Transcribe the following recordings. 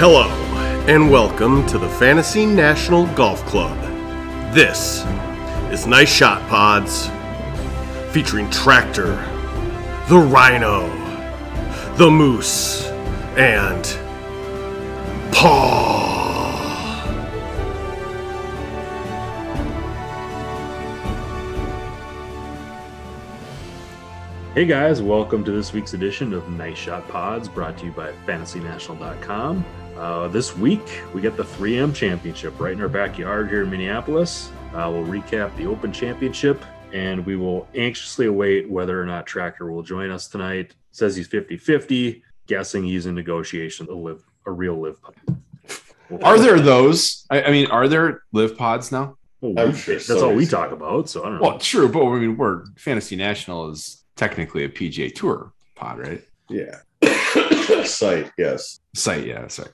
Hello, and welcome to the Fantasy National Golf Club. This is Nice Shot Pods, featuring Tractor, the Rhino, the Moose, and Paw. Hey guys, welcome to this week's edition of Nice Shot Pods brought to you by fantasynational.com. Uh, this week, we got the 3M Championship right in our backyard here in Minneapolis. Uh, we'll recap the Open Championship and we will anxiously await whether or not Tracker will join us tonight. Says he's 50 50, guessing he's in negotiation to live a real live pod. Well, Are there those? I, I mean, are there live pods now? well, I'm we- sure that's so. all we talk about, so I don't know. Well, true, but I mean, we're Fantasy National is technically a PGA Tour pod, right? Yeah. Site, yes. Site, yeah, sorry.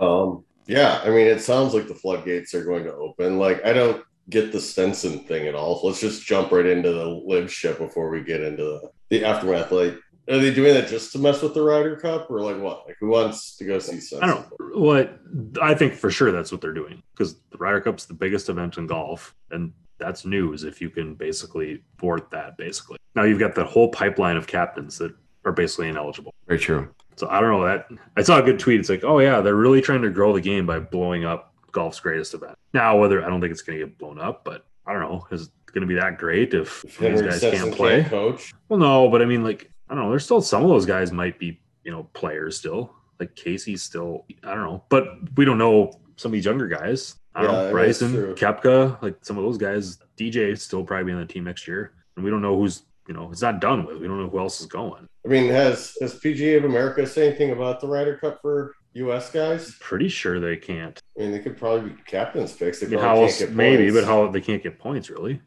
Um, yeah, I mean, it sounds like the floodgates are going to open. Like, I don't get the Stenson thing at all. Let's just jump right into the live shit before we get into the, the aftermath. Like, are they doing that just to mess with the Ryder Cup or like what? Like, who wants to go see Stenson? I don't know. What I think for sure that's what they're doing because the Ryder Cup's the biggest event in golf, and that's news if you can basically thwart that. Basically, now you've got the whole pipeline of captains that are basically ineligible. Very true. So I don't know that. I saw a good tweet. It's like, oh yeah, they're really trying to grow the game by blowing up golf's greatest event. Now whether I don't think it's going to get blown up, but I don't know. Is it going to be that great if If these Henry guys Stenson can't play? coach. Well, no, but I mean, like, I don't know. There's still some of those guys might be, you know, players still. Like Casey's still, I don't know, but we don't know some of these younger guys. I don't Yeah, know, that's Bryson, true. Kepka, like some of those guys. DJ is still probably be on the team next year, and we don't know who's, you know, it's not done with. We don't know who else is going. I mean, has has PGA of America say anything about the Ryder Cup for U.S. guys? Pretty sure they can't. I mean, they could probably be captains picks. They I mean, probably how can't else? get Maybe, points. but how they can't get points really?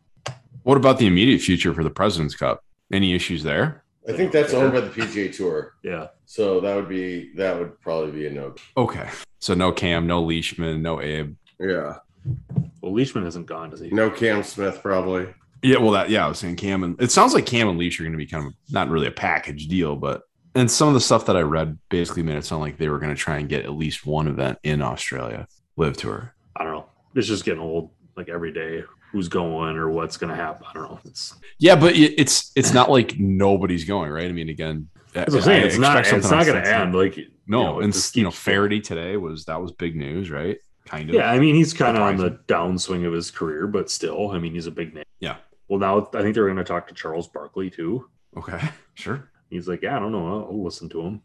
What about the immediate future for the President's Cup? Any issues there? I think that's owned by the PGA Tour. Yeah, So that would be that would probably be a no. Okay. So no Cam, no Leishman, no Abe. Yeah, well, Leishman isn't gone, is he? no Cam Smith probably. Yeah, well, that yeah, I was saying Cam and it sounds like Cam and Leash are going to be kind of not really a package deal, but and some of the stuff that I read basically made it sound like they were going to try and get at least one event in Australia, live tour. I don't know. It's just getting old. Like every day, who's going or what's going to happen? I don't know. It's Yeah, but it, it's it's not like nobody's going, right? I mean, again, That's what I'm saying. It's not. It's not going to end. end. Like No, you know, it and just you know, keeps- Faraday today was that was big news, right? Kind of. Yeah, I mean, he's kind of on the Surprising. downswing of his career, but still, I mean, he's a big name. Yeah. Well, now I think they're going to talk to Charles Barkley too. Okay. Sure. He's like, yeah, I don't know. I'll, I'll listen to him.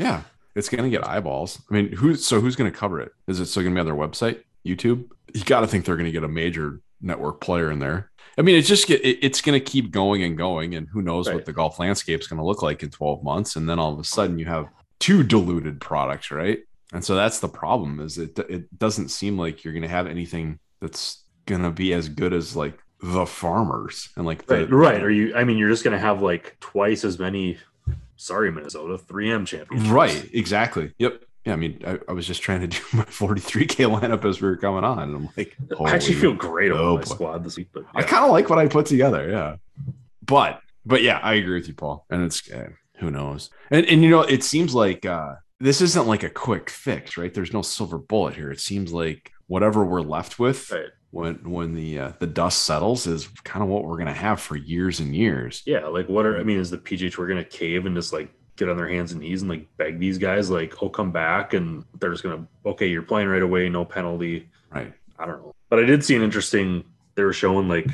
Yeah, it's going to get eyeballs. I mean, who? So who's going to cover it? Is it still going to be on their website, YouTube? You got to think they're going to get a major network player in there. I mean, it's just get it, it's going to keep going and going, and who knows Right. what the golf landscape's going to look like in twelve months? And then all of a sudden, you have two diluted products, right? And so that's the problem is it it doesn't seem like you're going to have anything that's going to be as good as like the farmers and like the, Right. Right. Are you? I mean, you're just going to have like twice as many. Sorry, Minnesota, 3M champions. Right. Exactly. Yep. Yeah. I mean, I, I was just trying to do my 43K lineup as we were coming on. And I'm like, I actually holy- feel great about Oh, my boy. squad this week, but I yeah. kind of like what I put together. Yeah. But, but yeah, I agree with you, Paul. And it's, eh, who knows? And, and, you know, it seems like uh, this isn't like a quick fix, right? There's no silver bullet here. It seems like whatever we're left with. Right. When, when the uh, the dust settles is kind of what we're gonna have for years and years. yeah, like what are? I mean, is the PGA Tour going to cave and just like get on their hands and knees and like beg these guys like, oh, come back? And they're just going to okay, you're playing right away, no penalty. Right. I don't know. But I did see an interesting they were showing like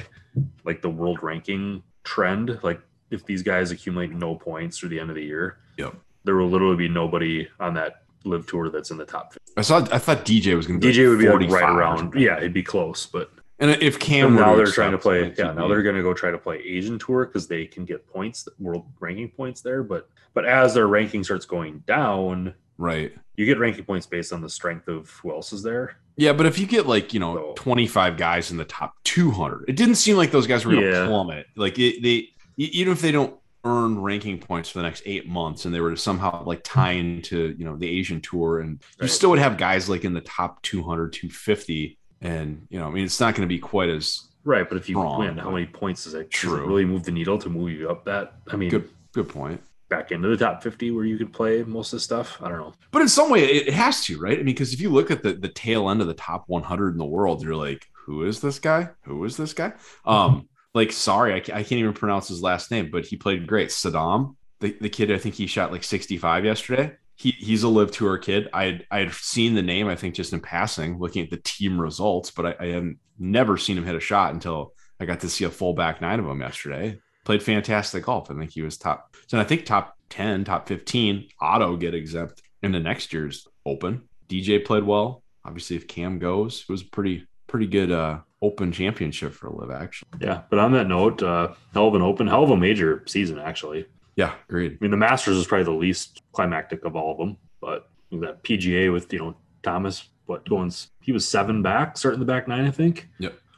like the world ranking trend. Like if these guys accumulate no points through the end of the year, Yep. there will literally be nobody on that live tour that's in the top 50. I saw. I thought DJ was gonna. Be DJ would be like 45 right or around. something. Yeah, it'd be close, but And if Cam and were now to they're trying to accept, play like, yeah, he'd now be- they're gonna go try to play Asian tour because they can get points world ranking points there. But but as their ranking starts going down, right. you get ranking points based on the strength of who else is there. Yeah, but if you get like you know So- 25 guys in the top 200, it didn't seem like those guys were going to Yeah. plummet. Like it, they, e- even if they don't earn ranking points for the next eight months, and they were to somehow like tie into you know the Asian tour, and you Right. still would have guys like in the top 200, 250, and you know, I mean, it's not going to be quite as Right, but if you Wrong. win, how many points does it, does it True. really move the needle to move you up that? I mean, good. Good point. back into the top 50 where you could play most of the stuff. I don't know. But in some way, it it has to, right? I mean, because if you look at the, the tail end of the top 100 in the world, you're like, who is this guy? Who is this guy? Um, like, sorry, I, ca- I can't even pronounce his last name, but he played great. Saddam, the, the kid, I think he shot like 65 yesterday. He, he's a live tour kid. I had, I had seen the name, I think, just in passing, looking at the team results, but I, I had never seen him hit a shot until I got to see a full back nine of him yesterday. Played fantastic golf. I think he was top. So I think top 10, top 15 auto get exempt into next year's open. DJ played well. Obviously, if Cam goes, it was a pretty, pretty good uh open championship for live actually. Yeah. But on that note, uh, hell of an open, hell of a major season, actually. Yeah, agreed. I mean, the Masters is probably the least climactic of all of them, but that PGA with, you know, Thomas, what going, s- he was seven back, starting the back nine, I think,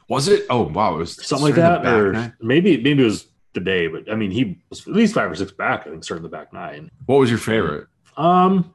Was it? Oh wow, it was something like starting that. the Or back nine. maybe, maybe it was today, but I mean, he was at least five or six back, I think, starting the back nine. What was your favorite? Um,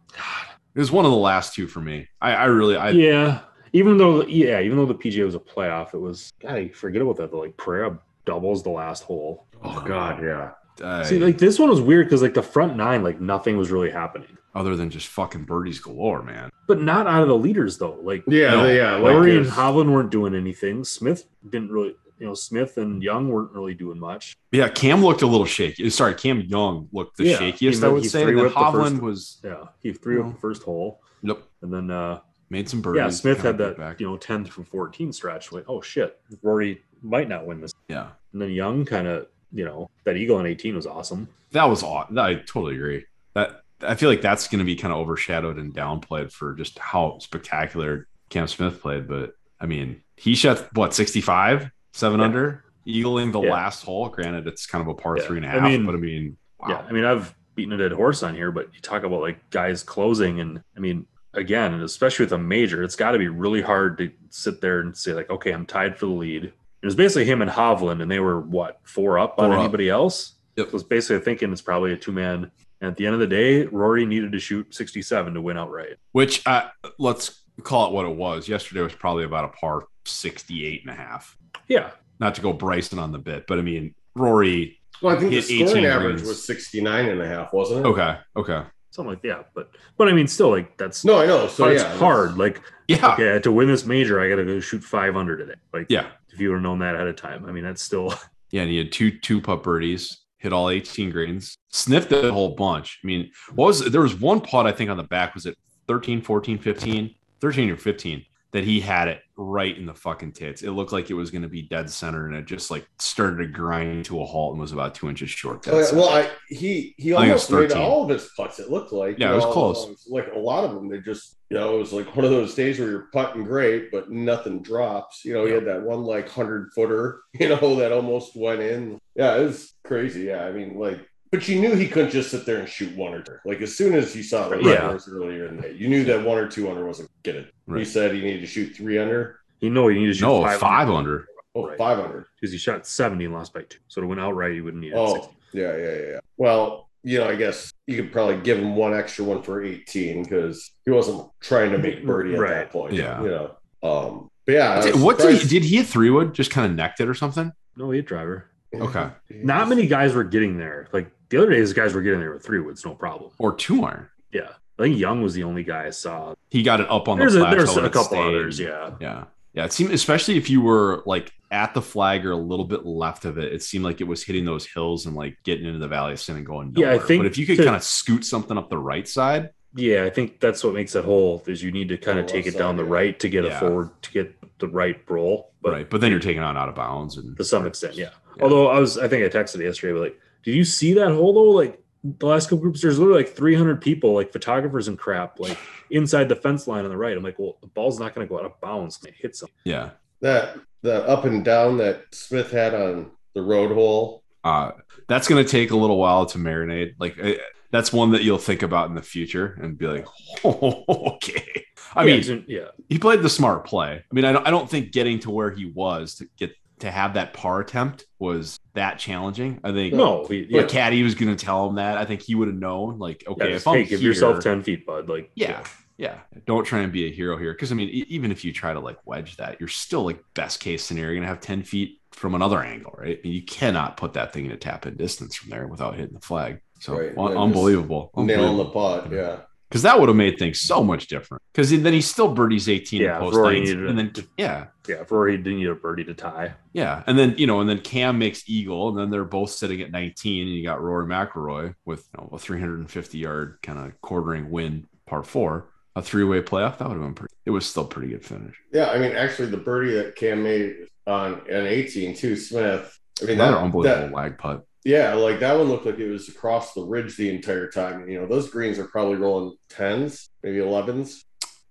It was one of the last two for me. I, I really, I yeah. Even though, yeah, even though the PGA was a playoff, it was, God, I forget about that. The like Pereira doubles the last hole. Oh God, yeah. I- See, like this one was weird because like the front nine, like nothing was really happening. other than just fucking birdies galore, man. But not out of the leaders though. Like Yeah, No, yeah. like Lowry and it's- Hovland weren't doing anything. Smith didn't really, you know, Smith and Young weren't really doing much. Yeah, Cam looked a little shaky. Sorry, Cam Young looked the Yeah, he shakiest, made- I would he say. threw And then up the first- Hovland was Yeah, he threw No. up the first hole, nope, and then uh made some birdies. yeah, Smith had kinda that got back. you know ten through fourteen stretch. Like, oh shit, Rory might not win this. Yeah, And then Young kind of, you know, that eagle on eighteen was awesome. that was odd. I totally agree. That I feel like that's going to be kind of overshadowed and downplayed for just how spectacular Cam Smith played. But I mean, he shot what 65, seven Yeah. under, eagling the Yeah. last hole. Granted, it's kind of a par Yeah. three and a I half, mean- but I mean, wow. Yeah, I mean, I've beaten a dead horse on here, but you talk about like guys closing, and I mean, again, and especially with a major, it's got to be really hard to sit there and say like, okay, I'm tied for the lead. It was basically him and Hovland, and they were what four up on Four up. anybody else. Yep. So it's basically thinking it's probably a two man. And at the end of the day, Rory needed to shoot 67 to win outright. Which uh, let's call it what it was. Yesterday was probably about a par 68 and a half. Yeah, Not to go Bryson on the bit, but I mean, Rory. Well, I think the hit 18 scoring average greens. was 69 and a half, wasn't it? Okay. Okay. something like that. But but I mean, still like that's No, I know. So but yeah, it's that's- hard. Like Yeah. okay, to win this major, I got to go shoot 500 today. Like Ah. Yeah. if you would have known that ahead of time, I mean, that's still Yeah, and he had two two putt birdies, hit all 18 greens, sniffed a whole bunch. I mean, what was there was one putt I think on the back was it 13, 14, 15, 13 or 15 that he had it right in the fucking tits. It looked like it was going to be dead center, and it just like started to grind to a halt and was about two inches short. Dead Oh, yeah, center. well, I, he he I think it was almost made 13. all of his putts. It looked like Yeah, You it was know, close. it was Like a lot of them, they just you know it was like one of those days where you're putting great, but nothing drops. You know, he Yeah. had that one like hundred footer, you know, that almost went in. Yeah, it was crazy. Yeah, I mean, like, but you knew he couldn't just sit there and shoot one or two. Like as soon as you saw the Yeah. numbers earlier in the day, you knew that one or two under wasn't getting it. Right. He said he needed to shoot three under. You know he needed to shoot no, five, five under. Oh, Right. five under. because he shot seventy and lost by two. So to win outright, you wouldn't need it. Oh, yeah, yeah, yeah, yeah. Well, you know, I guess you could probably give him one extra one for 18 because he wasn't trying to make birdie at Right. that point. Yeah. You know, um, but yeah. I was What did he, surprised- did he hit three wood? Just kind of necked it or something? No hit driver. Okay, Not many guys were getting there. Like the other days, guys were getting there with three woods, no problem. or two iron? Yeah, I think Young was the only guy I saw. He got it up on There's the a, plateau. there's and a it couple stayed. others. Yeah, Yeah. Yeah. It seemed, especially if you were like at the flag or a little bit left of it, it seemed like it was hitting those hills and like getting into the valley of sin and going Yeah, I nowhere. think but if you could to- kind of scoot something up the right side, yeah. I think that's what makes that hole is you need to kind Oh, of take it so, down the yeah. right to get Yeah. a forward to get the right roll. But right. But then you're taking on out of bounds and to some extent, yeah. Yeah. Although I was, I think I texted yesterday, but like, did you see that hole though? Like the last couple groups, there's literally like 300 people, like photographers and crap, like inside the fence line on the right. I'm like, well, the ball's not going to go out of bounds. It's gonna hit something. yeah. That, that up and down that Smith had on the road hole. Uh, that's going to take a little while to marinate. Like eh, that's one that you'll think about in the future and be like, oh, okay. I yeah, mean, it's in- yeah, he played the smart play. I mean, I don't, I don't think getting to where he was to get to have that par attempt was that challenging. I think no, we, yeah. yeah. caddy was going to tell him that. I think he would have known, like, Yeah, okay, just, if I'm hey, give yourself here- 10 feet, bud. Like, Yeah, yeah. Don't try and be a hero here, because I mean, e- even if you try to like wedge that, you're still like best case scenario, you're gonna have ten feet from another angle, right? I mean, you cannot put that thing in a tap in distance from there without hitting the flag. So Right, un- yeah, just unbelievable. Nail in the Unbelievable. pot. Yeah. Because that would have made things so much different. Because then he's still birdies 18 Yeah, yeah, post Rory nines, needed it. and then yeah, Yeah, if Rory didn't need a birdie to tie. yeah, and then you know, and then Cam makes eagle, and then they're both sitting at 19, and you got Rory McIlroy with you know, a 350 yard kind of quartering win, par four, a three way playoff. That would have been pretty. It was still a pretty good finish. Yeah. I mean, actually, the birdie that Cam made on an 18 too, Smith. I mean, Another that- unbelievable that- lag putt. yeah, like that one looked like it was across the ridge the entire time. You know, those greens are probably rolling tens, maybe elevens.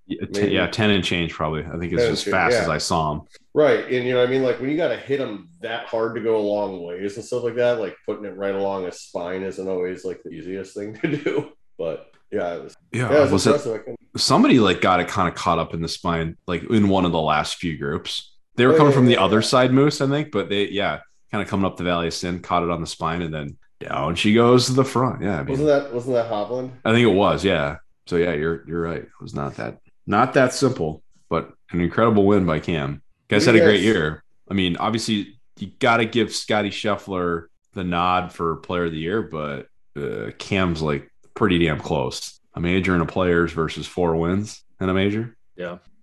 Yeah, ten- Maybe. yeah, 10 and change probably. I think it's 10 and as change, fast yeah. as I saw him. Right. And you know, what I mean, like when you got to hit them that hard to go a long ways and stuff like that, like putting it right along a spine isn't always like the easiest thing to do. But yeah, it was, Yeah, yeah, it was, Uh, was it- impressive. I couldn't- somebody like got it kind of caught up in the spine, like in one of the last few groups. They were Oh, coming yeah, from the yeah, other yeah. side, Moose, I think, but they, yeah, kind of coming up the Valley of Sin, caught it on the spine, and then down she goes to the front. Yeah, I mean, wasn't that wasn't that Hovland? I think it was. Yeah. So yeah, you're you're right. It was not that not that simple, but an incredible win by Cam. Guys had a great Yes. year. I mean, obviously you got to give Scotty Scheffler the nod for Player of the Year, but uh, Cam's like pretty damn close. A major and a players versus four wins and a major.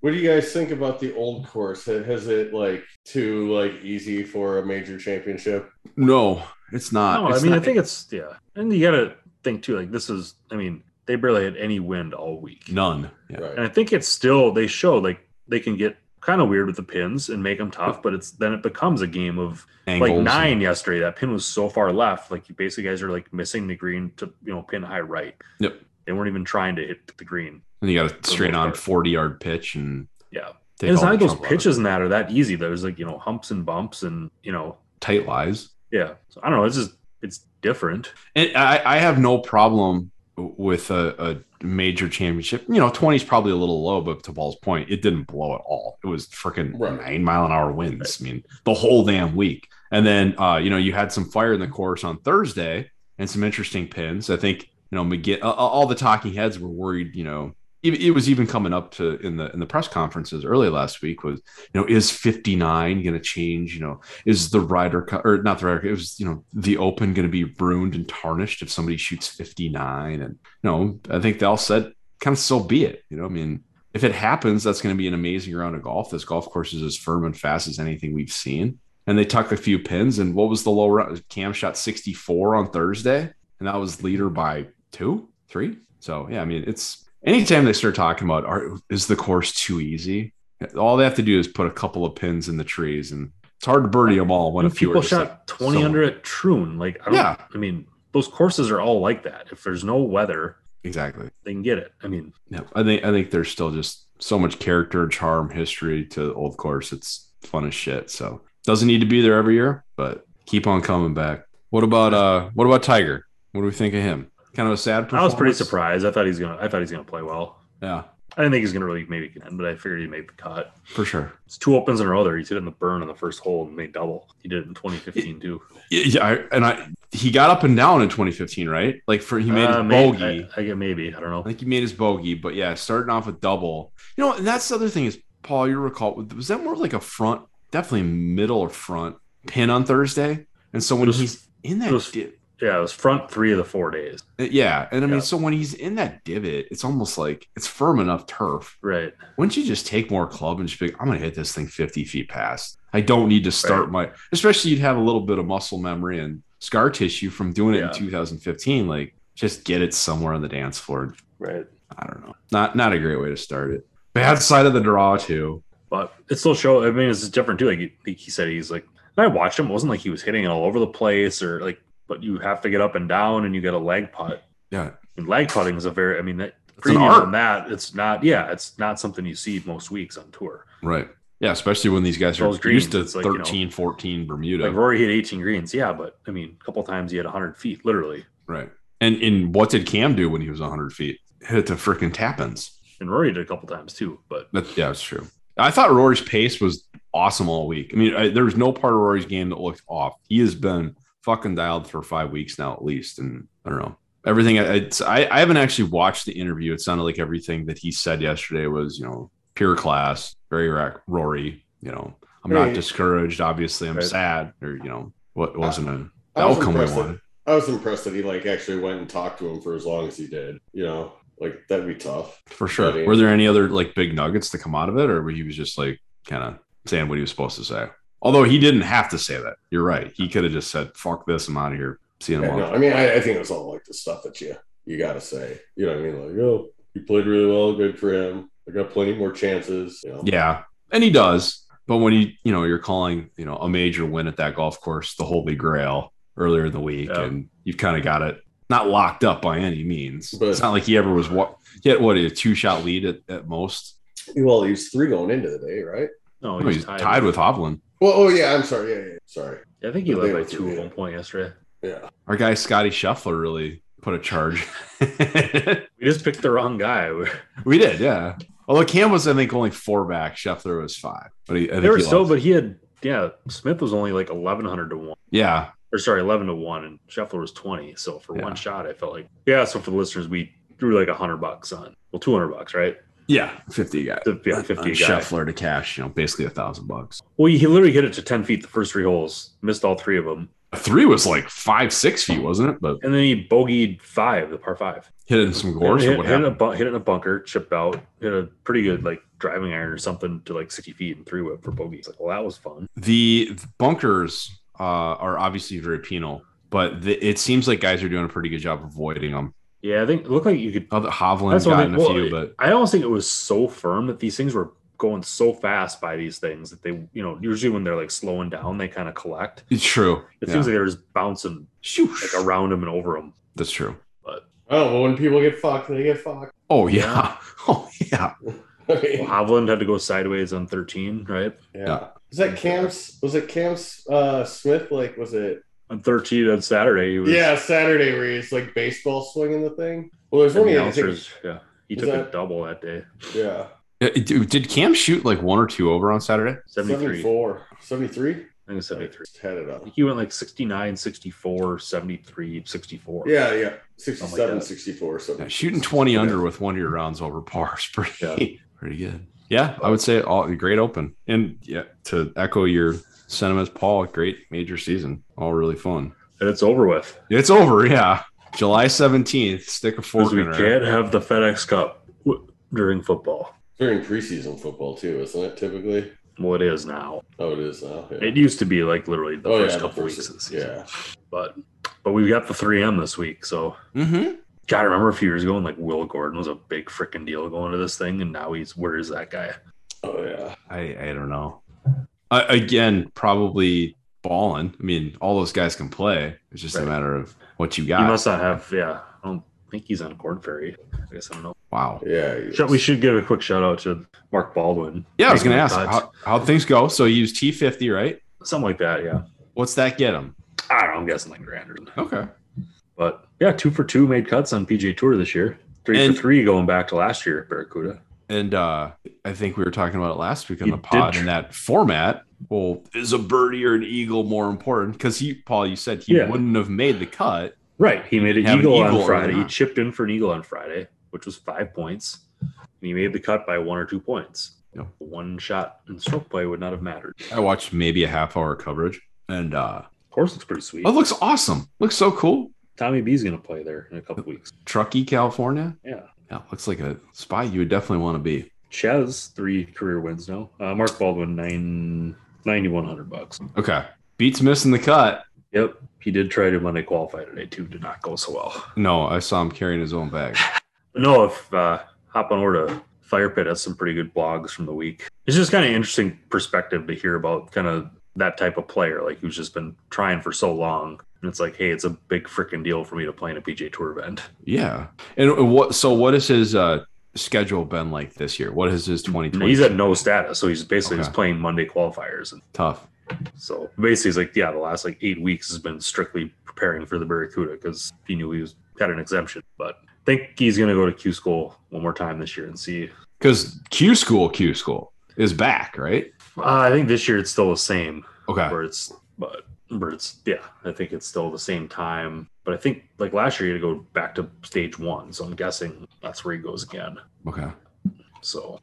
What do you guys think about the old course? Ha- Has it like too like easy for a major championship? No, it's not. no, I Uh, It's mean, not- I think it's yeah, and you gotta think too. Like this is, I mean, they barely had any wind all week. none. Yeah. Right. and I think it's still they show like they can get kind of weird with the pins and make them tough, but it's then it becomes a game of like Angles. nine yesterday. That pin was so far left, like you basically guys are like missing the green to you know pin high right. Yep. They weren't even trying to hit the green. And you got a straight on part. forty yard pitch and Yeah. take and it's all not like the those trouble out of it. pitches and that are that easy. There's like you know humps and bumps and you know tight lies. yeah. So I don't know. It's just it's different. And I, I have no problem with a, a major championship. You know, 20 is probably a little low, but to Paul's point, it didn't blow at all. It was freaking Right. nine mile an hour winds. I mean, the whole damn week. And then, uh, you know, you had some fire in the course on Thursday and some interesting pins. I think, you know, McGinn, uh, all the talking heads were worried, you know, it, it was even coming up to in the in the press conferences early last week was you know is 59 going to change you know is the Ryder Cup or not the Ryder Cup? It was you know the Open going to be ruined and tarnished if somebody shoots 59. And you know, I think they all said kind of so be it. You know, I mean, if it happens, that's going to be an amazing round of golf. This golf course is as firm and fast as anything we've seen. And they tucked a few pins. And what was the low round? Cam shot 64 on Thursday, and that was leader by two, three. So yeah, I mean, it's anytime they start talking about are, is the course too easy. All they have to do is put a couple of pins in the trees, and it's hard to birdie them all. When When a few people are just shot like, 20 so- under at Troon, like I don't, Yeah. I mean those courses are all like that. If there's no weather, exactly. they can get it. I mean Yeah, I think I think there's still just so much character, charm, history to the old course. It's fun as shit. So doesn't need to be there every year, but keep on coming back. What about uh what about Tiger? What do we think of him? Kind of a I sad performance. was pretty surprised. I thought he's gonna. I thought he's gonna play well. Yeah, I didn't think he's gonna really maybe contend, but I figured he'd make the cut. for sure. It's two opens in a row there. He's hitting the burn on the first hole and made double. He did it in 2015 too. Yeah, Yeah, I, and I he got up and down in 2015, right? Like for he made Uh, his may- bogey. I, I get maybe. I don't know. I think he made his bogey, but yeah, starting off with double. You know, and that's the other thing is, Paul, you recall, was that more like a front, definitely middle or front pin on Thursday? And so when It was- he's in it was- that, dip, Yeah, it was front three of the four days. yeah, and I mean, Yeah. so when he's in that divot, it's almost like it's firm enough turf. Right. Wouldn't you just take more club and just be like, I'm going to hit this thing 50 feet past? I don't need to start my, especially you'd have a little bit of muscle memory and scar tissue from doing it Yeah. in 2015. Like, just get it somewhere on the dance floor and Right. I don't know. Not not a great way to start it. Bad side of the draw too. But it still show. I mean, it's different too. Like he, like he said, he's like. And I watched him. It wasn't like he was hitting it all over the place or like. But you have to get up and down, and you got a leg putt. Yeah, And leg putting is a very. I mean, that It's an premium art. on that. It's not. Yeah, it's not something you see most weeks on tour. right. Yeah, especially when these guys are Those greens, used to it's like, you know, 13, 14 Bermuda. Like Rory hit 18 greens, yeah, but I mean, a couple times he had 100 feet, literally. right. And in what did Cam do when he was 100 feet? Hit it to freaking tappins. And Rory did a couple times too, but That, yeah, that's true. I thought Rory's pace was awesome all week. I mean, I, there was no part of Rory's game that looked off. He has been fucking dialed for five weeks now, at least. And I don't know. Everything I, it's, I, I haven't actually watched the interview. It sounded like everything that he said yesterday was, you know, pure class, very rack, Rory. You know, I'm not Hey. discouraged. Obviously, I'm Right. sad or, you know, what wasn't an I was outcome we impressed that- wanted. I was impressed that he like actually went and talked to him for as long as he did. You know, like that'd be tough. for sure. I mean- Were there any other like big nuggets to come out of it, or were he was just like kind of saying what he was supposed to say? Although he didn't have to say that. You're right. He could have just said, "Fuck this, I'm out of here." Seeing him Yeah, no, off. I mean, I, I think it was all like the stuff that you you gotta say. You know what I mean? Like, oh, he played really well. Good for him. I got plenty more chances. You know? Yeah, and he does. But when he, you know, you're calling, you know, a major win at that golf course the Holy Grail earlier in the week, Yeah. and you've kind of got it not locked up by any means. But- it's not like he ever was what he had what a two shot lead at, at most. Well, he was three going into the day, right? No, No, he's tied, with Hovland. Well, oh yeah, I'm sorry. Yeah, yeah, yeah. sorry. I think he They led by were two three, at yeah. one point yesterday. Yeah, Our guy Scotty Scheffler really put a charge. We just picked the wrong guy. we did, yeah. Although Cam was, I think, only four back. Scheffler was five, but he, I think they were he so, lost. but he had yeah. Smith was only like eleven hundred to one, yeah, or sorry, eleven to one, and Scheffler was twenty. So for Yeah. one shot, I felt like yeah. So for the listeners, we drew like hundred bucks on well, two hundred bucks, right? yeah, fifty guy, To- yeah, On- fifty on guy. Scheffler to cash, you know, basically a thousand bucks. Well, he literally hit it to ten feet the first three holes, missed all three of them, three was like five, six feet, wasn't it? But and then he bogeyed five, the par five. hit it in some gorse. hit, or what hit in a happened? bu- hit it in a bunker, chipped out, hit a pretty good like driving iron or something to like sixty feet and three whip for bogey. It's like, well, that was fun. The, the bunkers uh, are obviously very penal, but the, it seems like guys are doing a pretty good job avoiding them. Yeah, I think it looked like you could. Other Hovland That's what I got in mean. a few, Well, but I almost think it was so firm that these things were going so fast by these things that they, you know, usually when they're like slowing down, they kind of collect. it's true. It Yeah. seems like they're just bouncing Shoosh. like around him and over him. That's true. Oh well, when people get fucked, they get fucked. Oh yeah. Oh yeah. I mean, Well, Hovland had to go sideways on thirteen, right? yeah. Is that Cam's? Was it Cam's uh, Smith? Like, was it? On thirteen on Saturday, he was. Yeah, Saturday where he's like baseball swinging the thing. Well, there's and only the I think- announcers- yeah, he Was took a that- double that day, yeah, Uh, Did did Cam shoot like one or two over on Saturday? seventy-three. 74. 73? I think it's seventy-three. Just had it up. He went like 69, 64, 73, 64. Yeah, yeah. Something 67, like that. 64, Yeah, something. shooting 20 Okay. under with one of your rounds over par is pretty pretty good. Yeah, I would say all great open. And yeah, to echo your sentiments, Paul, great major season. All really fun. And it's over with. It's over, yeah. July 17th, stick a fork Because we in her. can't have the FedEx Cup w- during football. During preseason football, too, isn't it typically? Well, it is now. Oh, it is now. Yeah. It used to be like literally the oh, first yeah, the couple first- weeks of the season. Yeah. But but we've got the 3M this week. So, Mhm. God, I remember a few years ago when like Will Gordon was a big freaking deal going to this thing. And now he's, where is that guy? Oh, yeah. I, I don't know. I, again, probably balling. I mean, all those guys can play. It's just a Right. matter of what you He got. must not have, yeah. I don't think he's on Corn Ferry. I guess I don't know. wow. Yeah. he Should- We is. should give a quick shout out to Mark Baldwin. Yeah, I was going to Making ask cuts. how, how'd things go. So you use T50, right? Something like that, yeah. What's that get him? I don't know, I'm guessing like grand or something. Okay. But yeah, two for two made cuts on PGA Tour this year. Three And- for three going back to last year at Barracuda. And uh, I think we were talking about it last week on You the pod did. in that format. Well, is a birdie or an eagle more important? Because he, Paul, you said he Yeah. wouldn't have made the cut. Right. He made an Have an eagle, eagle on or Friday. He not. chipped in for an eagle on Friday, which was five points. And he made the cut by one or two points. Yeah. One shot and stroke play would not have mattered. I watched maybe a half hour coverage, and uh, Course looks pretty sweet. it looks awesome. Looks so cool. Tommy B's gonna play there in a couple weeks. Truckee, California. Yeah. Yeah, looks like a spot you would definitely want to be. Chaz, three career wins now. Uh, Mark Baldwin, nine ninety one hundred bucks. Okay, beats missing the cut. Yep. He did try to Monday qualify today too, did not go so well. No, I saw him carrying his own bag. But no, if uh, hop on over to Fire Pit has some pretty good blogs from the week. It's just kind of interesting perspective to hear about kind of that type of player, like who's just been trying for so long, and it's like, hey, it's a big freaking deal for me to play in a PJ Tour event. Yeah, and uh, what? So, what has his uh, schedule been like this year? What is his twenty And twenty? he's at no status, so he's basically just Okay. playing Monday qualifiers, and tough. so basically, he's like, yeah, the last like eight weeks has been strictly preparing for the Barracuda because he knew he was had an exemption, but. I think he's going to go to Q school one more time this year and see. Because Q School, Q School is back, right? Uh, I think this year it's still the same. Okay. where it's but where it's yeah i think it's still the same time but i think like last year you had to go back to stage one so i'm guessing that's where he goes again Okay. so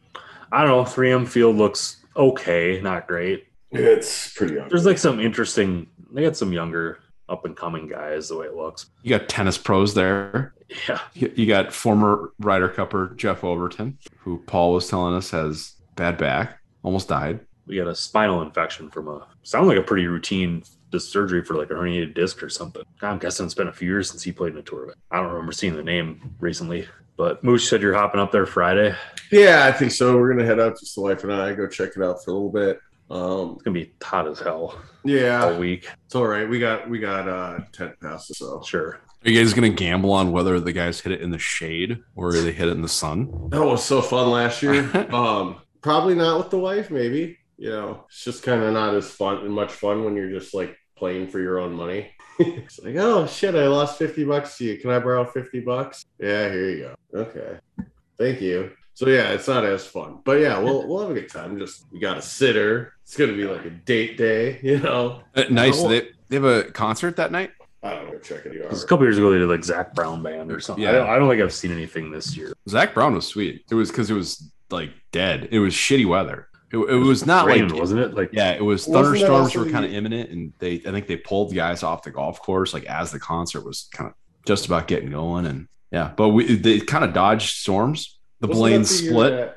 i don't know 3m field looks okay not great It's pretty ugly. there's like some interesting they got some younger up and coming guys the way it looks. You got tennis pros there. Yeah. You you got former Ryder Cupper Jeff Overton, who Paul was telling us has bad back, almost died. We got a spinal infection from a sound like a pretty routine just surgery for like a herniated disc or something. I'm guessing it's been a few years since he played in a tournament. I don't remember seeing the name recently. But Moosh said you're hopping up there Friday. Yeah, I think so. We're gonna head out, just the wife and I, go check it out for a little bit. Um, It's gonna be hot as hell all Ah. yeah, week. it's all right. We got we got uh tent passes, so Sure. Are you guys going to gamble on whether the guys hit it in the shade or they hit it in the sun? that was so fun last year. um, probably not with the wife, maybe. You know, it's just kind of not as fun and much fun when you're just like playing for your own money. it's like, oh shit, I lost fifty bucks to you. Can I borrow fifty bucks? Yeah, here you go. Okay, thank you. So yeah, it's not as fun, but yeah, we'll we'll have a good time. Just we got a sitter. It's gonna be like a date day, you know. Uh, nice. No. They, they have a concert that night. I don't know. Check it It was a out. couple years ago they did like Zach Brown band or something. I, Yeah. don't, I don't think I've seen anything this year. Zach Brown was sweet. It was because it was like dead. It was shitty weather. It, it was not Rain, like wasn't it? Like yeah. It was Wasn't that thunderstorms also were the- kind of imminent, and they I think they pulled guys off the golf course like as the concert was kind of just about getting going, and yeah. But we they kind of dodged storms. The Blaine split.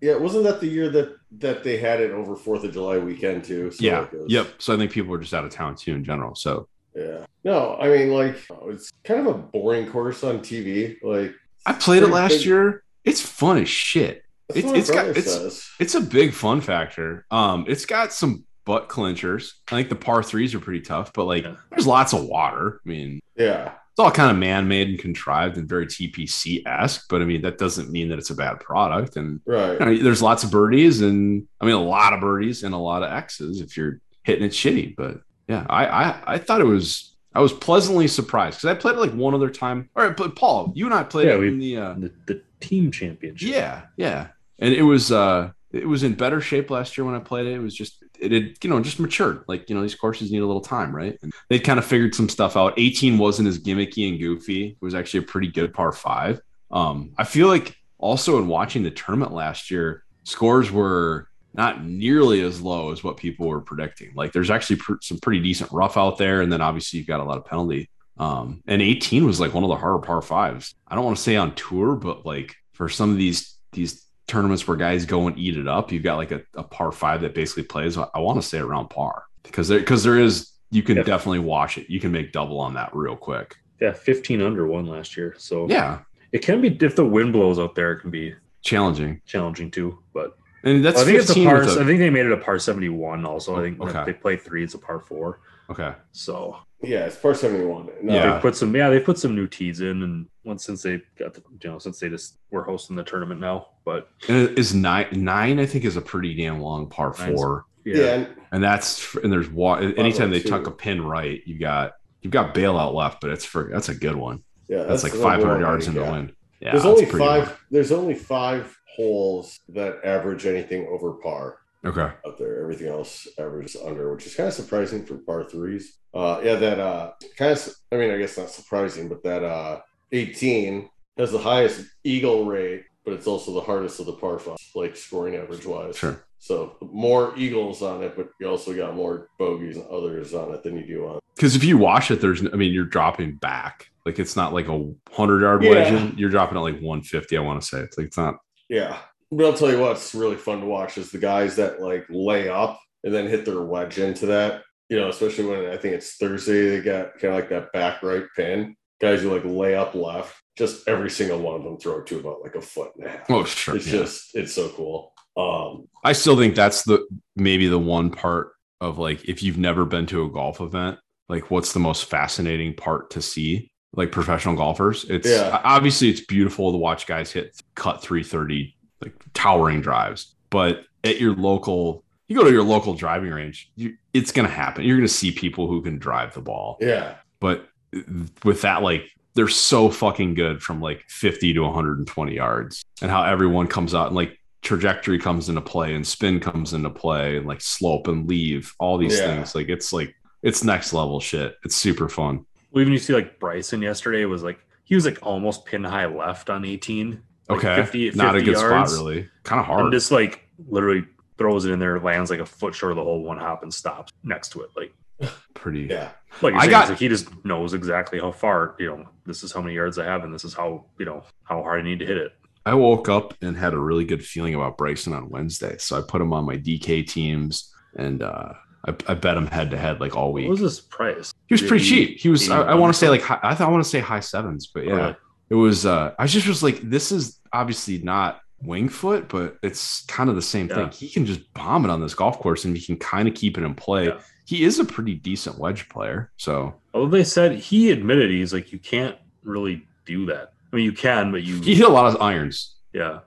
yeah, wasn't that the year that that they had it over Fourth of July weekend too? So yeah. like, it was- Yep. So I think people were just out of town too in general. So Yeah. No, I mean, like, it's kind of a boring course on TV. Like, I played it Pretty last big- year. It's fun as shit. that's It's- what my it's got- brother it's- says. It's a big fun factor. Um, it's got some butt clinchers. I think the par threes are pretty tough, but like Yeah. there's lots of water. I mean, yeah. it's all kind of man-made and contrived and very TPC esque, but I mean that doesn't mean that it's a bad product. And Right. you know, there's lots of birdies and I mean a lot of birdies and a lot of X's if you're hitting it shitty. But yeah, I I, I thought it was I was pleasantly surprised because I played it like one other time. All right, but Paul, you and I played Yeah, it we- in the uh, the, the team championship. yeah, yeah. And it was uh it was in better shape last year when I played it. It was just it had, you know, just matured. Like, you know, these courses need a little time, right? And they'd kind of figured some stuff out. 18 wasn't as gimmicky and goofy. It was actually a pretty good par five. Um, I feel like also in watching the tournament last year, scores were not nearly as low as what people were predicting. Like there's actually pr- some pretty decent rough out there, and then obviously you've got a lot of penalty. Um, and 18 was like one of the harder par fives. I don't want to say on tour, but like for some of these these tournaments where guys go and eat it up, you've got like a, a par five that basically plays. I want to say around par because there because there is you can Yeah. definitely wash it. You can make double on that real quick. Yeah, 15 under one last year. So Yeah, it can be if the wind blows out there, it can be challenging. challenging too. But And that's I think it's a 15 par. with a- I think they made it a par 71. Also, I think when Okay. they play three, it's a par four. okay. So Yeah. It's par 71. No, Yeah. they put some. Yeah, they put some new tees in, and once since they got the, you know since they just were hosting the tournament now. But And it is nine nine, I think, is a pretty damn long par Nine's- four. Yeah. yeah, and- and that's and there's wa- anytime they too. tuck a pin right you got you've got bailout left but it's for that's a good one yeah that's, like the number 500 one yards in the wind handicap. yeah there's that's only pretty five. There's only five holes that average anything over par good. okay out there. Everything else averages under, which is kind of surprising for par threes. Uh, yeah, that uh, kind of. su- I mean, I guess not surprising, but that uh, 18 has the highest eagle rate, but it's also the hardest of the par five, like scoring average wise. sure So more eagles on it, but you also got more bogeys and others on it than you do on. because if you wash it there's i mean you're dropping back like it's not like a 100 yard wedge Yeah. in. you're dropping at like 150 i want to say it's like it's not Yeah, but I'll tell you what's really fun to watch is the guys that like lay up and then hit their wedge into that. You know, especially when I think it's Thursday, they got kind of like that back right pin. Guys who like lay up left, just every single one of them throw it to about like a foot and a half. oh sure it's yeah. just it's so cool. Um, i still think that's the maybe the one part of like if you've never been to a golf event like what's the most fascinating part to see like professional golfers it's Yeah. obviously it's beautiful to watch guys hit cut 330 like towering drives but at your local you go to your local driving range you, it's going to happen you're going to see people who can drive the ball yeah, but with that like they're so fucking good from like 50 to 120 yards and how everyone comes out and like trajectory comes into play and spin comes into play and like slope and leave all these Yeah. things like it's like it's next level shit it's super fun well, even you see like Bryson yesterday was like he was like almost pin high left on 18. Like okay 50 not a 50 good yards. spot really kind of and hard just like literally throws it in there, lands like a foot short of the hole, one hop and stops next to it. Like Pretty. Yeah. Like, you're I saying, got- it's like he just knows exactly how far. You know, this is how many yards I have, and this is how you know how hard I need to hit it. I woke up and had a really good feeling about Bryson on Wednesday, so I put him on my DK teams and uh, I, I bet him head to head like all week. What was this price? he was pretty Did he- cheap. He was. I, I 81 want to say like high, I thought I want to say high sevens, but yeah, Really? it was. uh I just was like, this is obviously not Wingfoot, but it's kind of the same Yeah. thing. He can just bomb it on this golf course, and he can kind of keep it in play. Yeah. He is a pretty decent wedge player, so Although they said he admitted he's like you can't really do that. I mean, you can, but you he hit a lot of irons. yeah.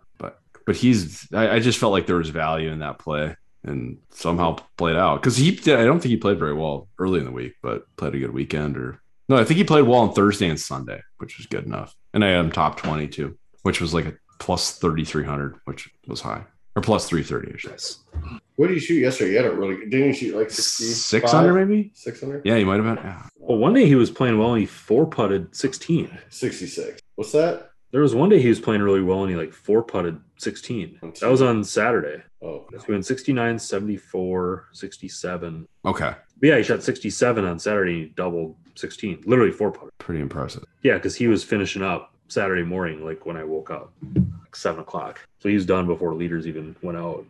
but he's I, I just felt like there was value in that play and somehow played out because he did, I don't think he played very well early in the week, but played a good weekend or no, I think he played well on Thursday and Sunday, which was good enough. And I had him top 22, which was like a plus 3,300, which was high or plus 330 or something. Nice. What did you shoot yesterday? You had a really good, didn't you shoot like 60? Six under maybe? 600? Yeah, he might have been. Yeah. Well, one day he was playing well and he four putted sixteen. 66. What's that? There was one day he was playing really well and he like four putted sixteen. That was on Saturday. Oh, So he went 69, 74, 67. Okay. But yeah, he shot 67 on Saturday and he doubled 16, literally four putter. Pretty impressive. Yeah, because he was finishing up Saturday morning, like when I woke up, like seven o'clock. So he was done before leaders even went out.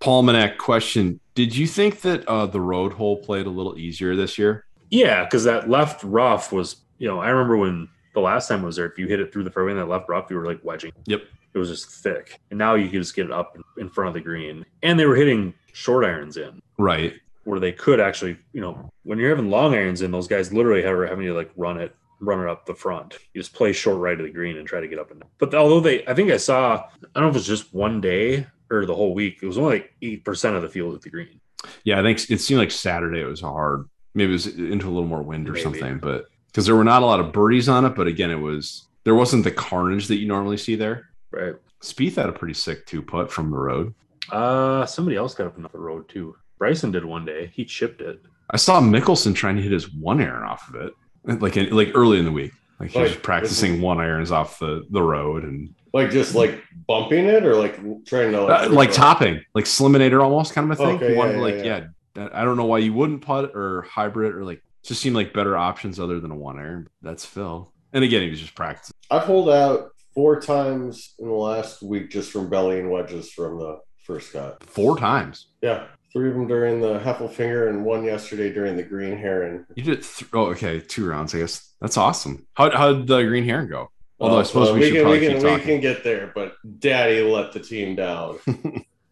Palmanac question. Did you think that uh, the road hole played a little easier this year? Yeah, because that left rough was, you know, I remember when the last time I was there, if you hit it through the fairway and that left rough, you were like wedging. Yep. It was just thick. And now you could just get it up in- in front of the green. And they were hitting short irons in. Right. where they could actually, you know, when you're having long irons in, those guys literally are having to like run it, run it up the front. You just play short right of the green and try to get up and down. But although they, I think I saw, I don't know if it was just one day or the whole week, it was only like eight percent of the field at the green. Yeah, I think it seemed like Saturday it was a hard. Maybe it was into a little more wind or Maybe. something, but because there were not a lot of birdies on it, but again, it was there wasn't the carnage that you normally see there. Right. Spieth had a pretty sick two putt from the road. Uh, somebody else got up another road too. Bryson did one day. He chipped it. I saw Mickelson trying to hit his one iron off of it, like in, like early in the week, like he was Like, practicing one irons off the the road and like just like bumping it or like trying to uh, like topping, like sliminator almost kind of a thing. Okay, He wanted yeah, to, yeah, like yeah, I don't know why you wouldn't putt or hybrid or like just seemed like better options other than a one iron. That's Phil. And again, he was just practicing. I've holed out four times in the last week just from belly and wedges from the first cut. four times. Yeah. Three of them during the Heffelfinger and one yesterday during the Green Heron. You did th- oh okay two rounds I guess that's awesome. How how did the green heron go? Although I suppose we should can, probably uh, we, can, keep we talking. can get there, but Daddy let the team down.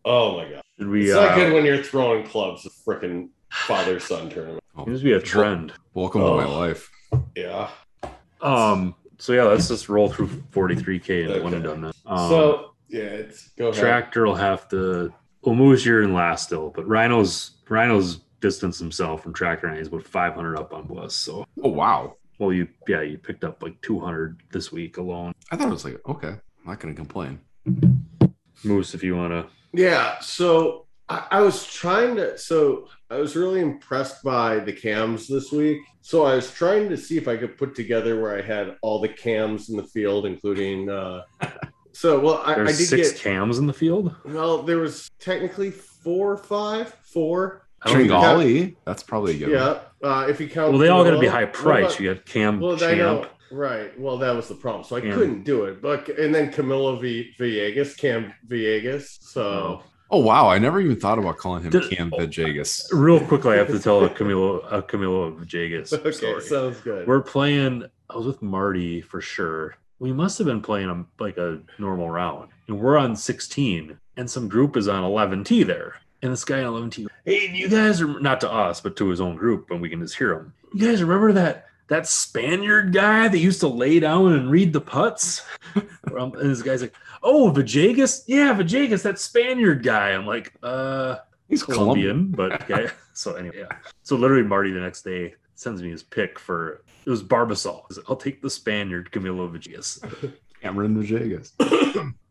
oh my god, Did we? it's uh, not good when you're throwing clubs. The freaking father son tournament. seems to be a trend. Welcome to my Oh. life. Yeah. Um. So yeah, let's just roll through 43k and Okay. one and done. Then. Um, so yeah, it's go ahead. Tractor will have to. Well, Moo's here in last still, but Rhino's Rhino's distanced himself from Tractor and he's about 500 up on Bliss. So, Oh wow, well, you yeah, you picked up like 200 this week alone. I thought it was like okay, I'm not gonna complain. Moose, if you want to, Yeah. So I, I was trying to. So I was really impressed by the cams this week. So I was trying to see if I could put together where I had all the cams in the field, including. uh So well, I, I did there's six get. cams in the field. Well, there was technically four, or five, four. I don't think- Tringle. Tringali, that's probably a good. one. Yeah. Uh, if you count, well, they all got to Tua, be high what price. about- you got Cam well, I know. Champ. Right. Well, that was the problem. So I Yeah. couldn't do it. But and then Camilo v- Villegas, Cam Villegas. So Oh wow, I never even thought about calling him Did- uh, Cam Vegas. Real quickly, I have to tell a Camilo a Camilo Jagas okay, story. sounds good. We're playing. I was with Marty for sure. We must have been playing a, like a normal round, and we're on 16, and some group is on 11T there, and this guy on 11T, goes, hey, you guys are not to us, but to his own group, and we can just hear him. You guys remember that that Spaniard guy that used to lay down and read the putts? Um, and this guy's like, oh, Vajagas, yeah, Vajagas, that Spaniard guy. I'm like, uh. He's Colombian, Colombian. but okay. so anyway, yeah. So literally, Marty the next day sends me his pick for it was Barbasol. He's like, I'll take the Spaniard Camilo Vagias. Cameron Vegas.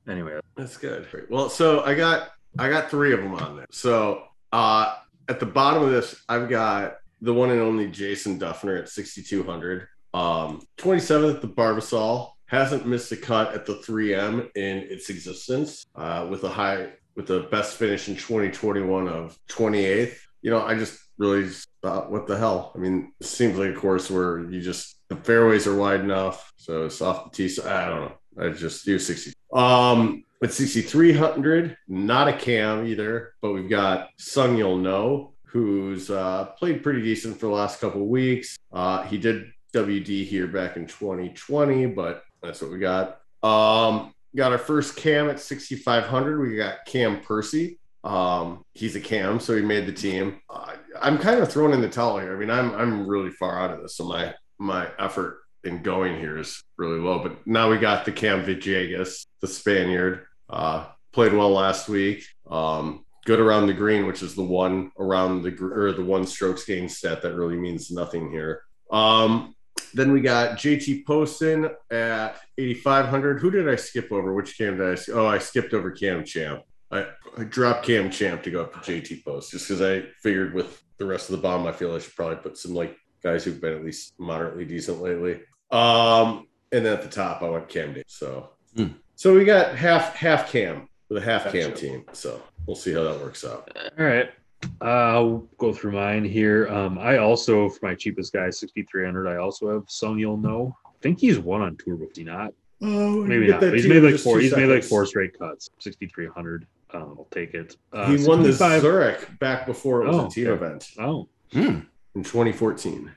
Anyway, That's good. Great. Well, so I got I got three of them on there. So uh at the bottom of this, I've got the one and only Jason Duffner at 6,200. Um, 27th at the Barbasol hasn't missed a cut at the 3M in its existence. Uh, with a high with the best finish in 2021 of 28th. You know, I just really uh, what the hell? I mean, it seems like a course where you just the fairways are wide enough, so it's off the tee. So I don't know. I just do sixty. Um, but sixty three hundred, not a cam either. But we've got Sung You'll Know, who's uh, played pretty decent for the last couple of weeks. Uh, he did WD here back in twenty twenty, but that's what we got. Um, got our first cam at sixty five hundred. We got Cam Percy. Um, he's a cam, so he made the team. Uh, I'm kind of thrown in the towel here. I mean, I'm I'm really far out of this, so my my effort in going here is really low. But now we got the Cam Villegas, the Spaniard, uh, played well last week. Um, good around the green, which is the one around the gr- or the one strokes gained stat that really means nothing here. Um, then we got JT Poston at 8,500. Who did I skip over? Which cam did I? sk- Oh, I skipped over Cam Champ. I, I dropped Cam Champ to go up to JT Post just because I figured with the rest of the bomb, I feel I should probably put some like guys who've been at least moderately decent lately. Um, and then at the top, I went Cam Day. So, Hmm. so we got half half Cam with a half Cam Gotcha. team. So we'll see how that works out. All right. I'll go through mine here. Um, I also, for my cheapest guy, 6,300, I also have Sung You'll Know. I think he's won on tour, but he not. Oh, Maybe not. but He's made like four. He's made like four straight cuts. 6,300. Um, I'll take it. Uh, he won the 65 Zurich back before it was Oh, a team okay. event Oh, Hmm. in 2014.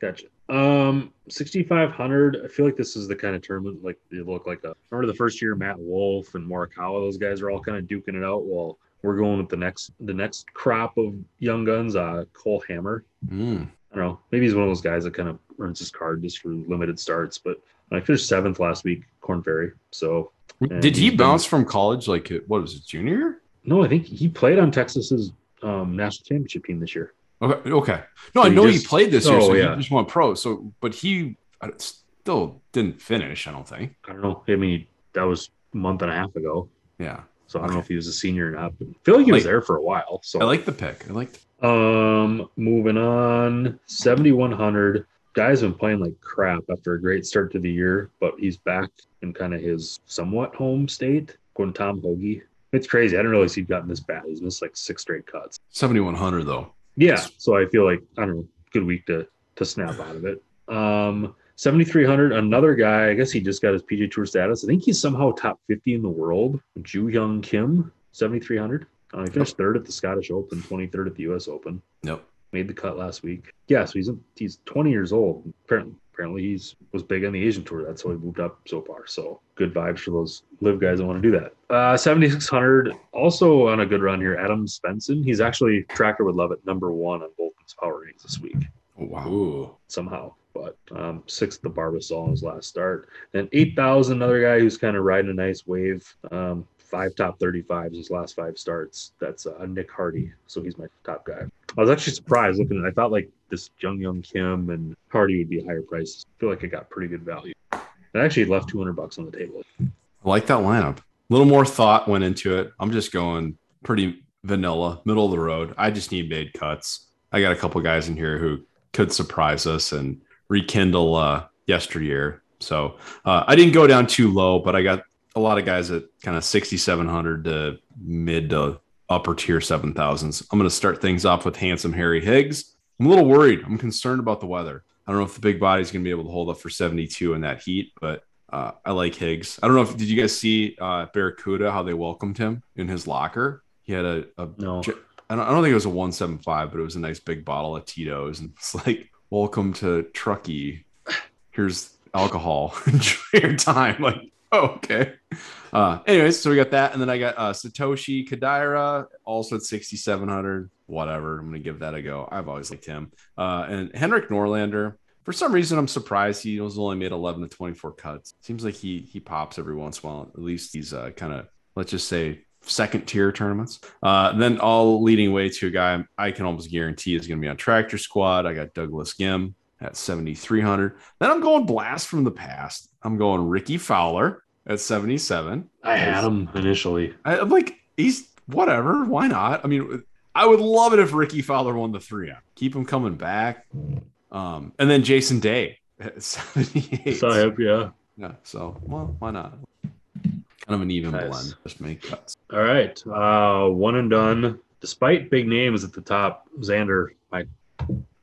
gotcha. Um, 6,500. I feel like this is the kind of tournament like they look like a. Remember the first year, Matt Wolf and Morikawa. Those guys are all kind of duking it out. Well, we're going with the next the next crop of young guns. Uh, Cole Hammer. Hmm. I don't know. Maybe he's one of those guys that kind of earns his card just for limited starts. But I finished seventh last week, Corn Ferry. So And Did he he's been- bounce from college like what was it, junior? no, I think he played on Texas's um, national championship team this year. Okay. Okay. No, So I he know just- he played this year, Oh, so yeah. he just went pro. So, but he I still didn't finish. I don't think. I don't know. I mean, that was a month and a half ago. Yeah. So I don't know if he was a senior or not. But I feel like he was Like- there for a while. So I like the pick. I like. The, Um, moving on, seventy one hundred. Guy's been playing like crap after a great start to the year, but he's back in kind of his somewhat home state. Going Tom Hoagie. It's crazy. I didn't realize he'd gotten this bad. He's missed like six straight cuts. 7100 though. Yeah. So I feel like I don't know, good week to to snap out of it. Um, seventy three hundred. Another guy. I guess he just got his PJ Tour status. I think he's somehow top fifty in the world. Ju Young Kim, seventy three hundred. Uh, he finished third at the Scottish Open, twenty third at the U.S. Open Nope. made the cut last week. Yeah, so he's he's 20 years old. Apparently, apparently he's was big on the Asian tour. That's how he moved up so far. So good vibes for those live guys that want to do that. Uh, 7600 also on a good run here. Adam Spenson. He's actually tracker would love it number one on Vulcan's power ratings this week Oh, wow. Ooh. somehow. But um, sixth the Barbasol in his last start. Then 8,000, another guy who's kind of riding a nice wave. Um, five top 35s his last five starts. That's uh, Nick Hardy. So he's my top guy. I was actually surprised looking at I thought like this Jung Young Kim and Hardy would be higher prices. I feel like I got pretty good value. I actually left 200 bucks on the table. I like that lineup. A little more thought went into it. I'm just going pretty vanilla, middle of the road. I just need made cuts. I got a couple guys in here who could surprise us and rekindle uh, yesteryear. So uh, I didn't go down too low, but I got a lot of guys at kind of 6,700 to mid to upper tier 7,000s. I'm going to start things off with handsome Harry Higgs. I'm a little worried. I'm concerned about the weather. I don't know if the big body's going to be able to hold up for 72 in that heat, but uh, I like Higgs. I don't know if did you guys see uh, Barracuda how they welcomed him in his locker. He had a, a No. Ju- I don't, I don't think it was a 175, but it was a nice big bottle of Tito's, and it's like, "Welcome to Truckee. Here's alcohol. Enjoy your time." Like, oh, okay. Uh, anyways, so we got that, and then I got uh, Satoshi Kadaira, also at 6,700. Whatever, I'm gonna give that a go. I've always liked him. Uh, and Henrik Norlander. For some reason, I'm surprised he was only made 11 to 24 cuts. Seems like he he pops every once in a while. At least he's uh, kind of let's just say second tier tournaments. Uh, then all leading way to a guy I can almost guarantee is going to be on Tractor Squad. I got Douglas Gim at 7,300. Then I'm going blast from the past. I'm going Ricky Fowler at 77. I had him initially. I, I'm like, he's whatever. Why not? I mean, I would love it if Ricky Fowler won the three. Keep him coming back. Um, and then Jason Day at 78. So I hope, yeah. Yeah. So, well, why not? Kind of an even Nice. blend. Just make cuts. All right. Uh, one and done. Despite big names at the top, Xander, my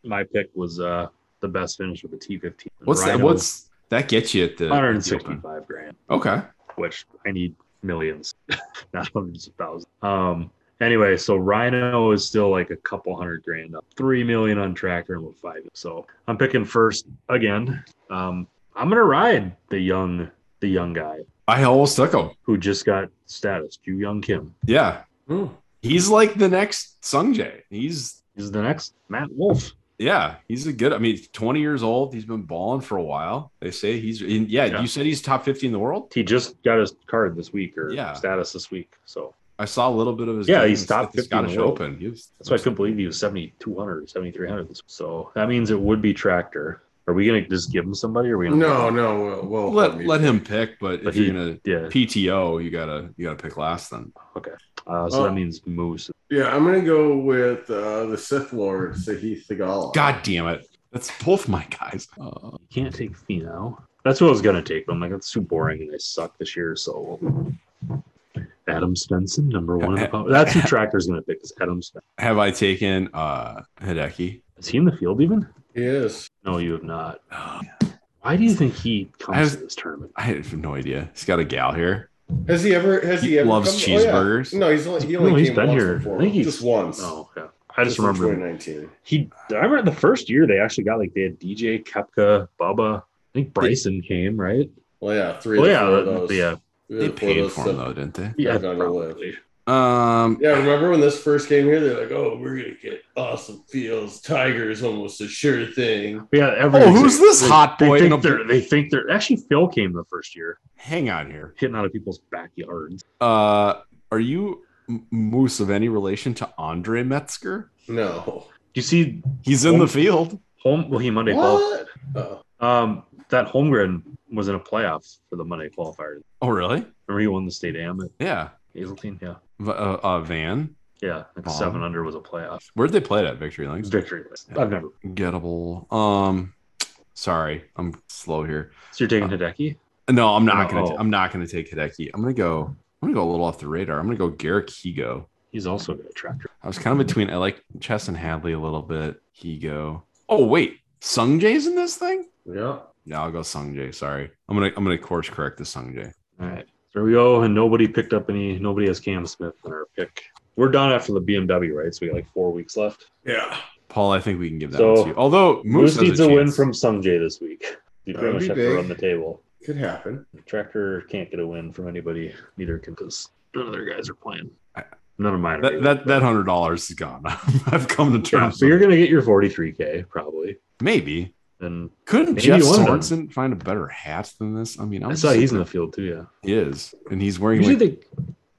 my pick was uh the best finish with the T15. What's that? Rhino, What's that get you at the 165 grand? Okay. which I need millions, not hundreds of thousands. Um, anyway, so Rhino is still like a couple hundred grand up, three million on Tracker and with five. So I'm picking first again. Um, I'm gonna ride the young, the young guy I almost took him. who just got status, Ju Young Kim. Yeah. Hmm. He's like the next Sungjae. He's He's the next Matt Wolf. yeah, he's a good. I mean, 20 years old. He's been balling for a while. They say he's and yeah, Yeah. You said he's top 50 in the world. He just got his card this week or Yeah. status this week. So I saw a little bit of his. Yeah, game he's at top the 50 in the Scottish world. Open. He was- that's why I couldn't believe he was 7,200, 7,300. this- So that means it would be Tractor. Are we gonna just give him somebody? Or are we gonna No, no, we'll, we'll let let him pick, but, But if you're he- gonna Yeah. PTO, you gotta you gotta pick last then. Uh, so Oh. that means Moose. Yeah, I'm gonna go with uh, the Sith Lord Sahith Thagala. God damn it, that's both my guys. Uh, You can't take Fino. That's what I was gonna take. But I'm like, that's too boring, and I suck this year. So Adam Svensson, number one. in the power. That's who Tractor's gonna pick. Is Adam Svensson? have I taken uh Hideki? Is he in the field even? He is. No, you have not. Oh, Why do you think he comes I was- to this tournament? I have no idea. He's got a gal here. Has he ever? Has he, He ever loves come- oh, yeah. cheeseburgers. No, he's only he only No, he's came been once here. before. I think he's- just once. Oh, okay. I just in remember 2019. he. I remember the first year they actually got like they had DJ Kepka, Bubba. I think Bryson came, right? Well, yeah, three. Oh of the yeah, four of that- those. yeah, Three They of the four of paid those for him Sith- though, didn't they? yeah, I've done a list. probably. Um, Yeah, remember when this first came here? They're like, "Oh, we're gonna get awesome fields. Tiger's almost a sure thing." Yeah, every, Oh, who's this they- hot boy They in a think, they're, they think they're actually Phil came the first year, hang on here. hitting out of people's backyards. Uh, are you M- Moose of any relation to Andre Metzger? No. Do you see He's in the field. home? Well, he Monday qualified. What? Oh. Um, that Holmgren was in a playoff for the Monday qualifier. Oh, really? Remember he won the state am at Yeah. Hazeltine? Yeah, V- uh, uh, Van. yeah. Like Aw. seven under was a playoff Where'd they play that victory links? victory list. I've never. Gettable. Um, sorry, I'm slow here. So you're Uh, taking Hideki? No, I'm not gonna. Oh. I'm not gonna take Hideki. I'm gonna go. I'm gonna go a little off the radar. I'm gonna go Garrick Higo. He's also a tractor. I was kind of between. I like Chess and Hadley a little bit. Higo. Oh wait, Sungjae's in this thing. Yeah. Yeah, I'll go Sungjae. Sorry, I'm gonna I'm gonna course correct the Sungjae. All right, there we go. And nobody picked up any. Nobody has Cam Smith in our pick. We're done after the BMW, right? So we got like four weeks left. Yeah. Paul, I think we can give that So, one to you. Although Moose, Moose has needs a, win chance. from Sungjae this week. You That'd pretty much be have big. to run the table. Could happen. Tractor can't get a win from anybody. Neither can because none of their guys are playing. I- None of mine. Are that that that hundred dollars is gone. I've come to yeah, terms. so you're with it. gonna get your 43k probably, maybe and couldn't Maybe Jeff one of them. Sorensen find a better hat than this? I mean, I'm I saw he's in just- the field too. Yeah. he is, and he's wearing Usually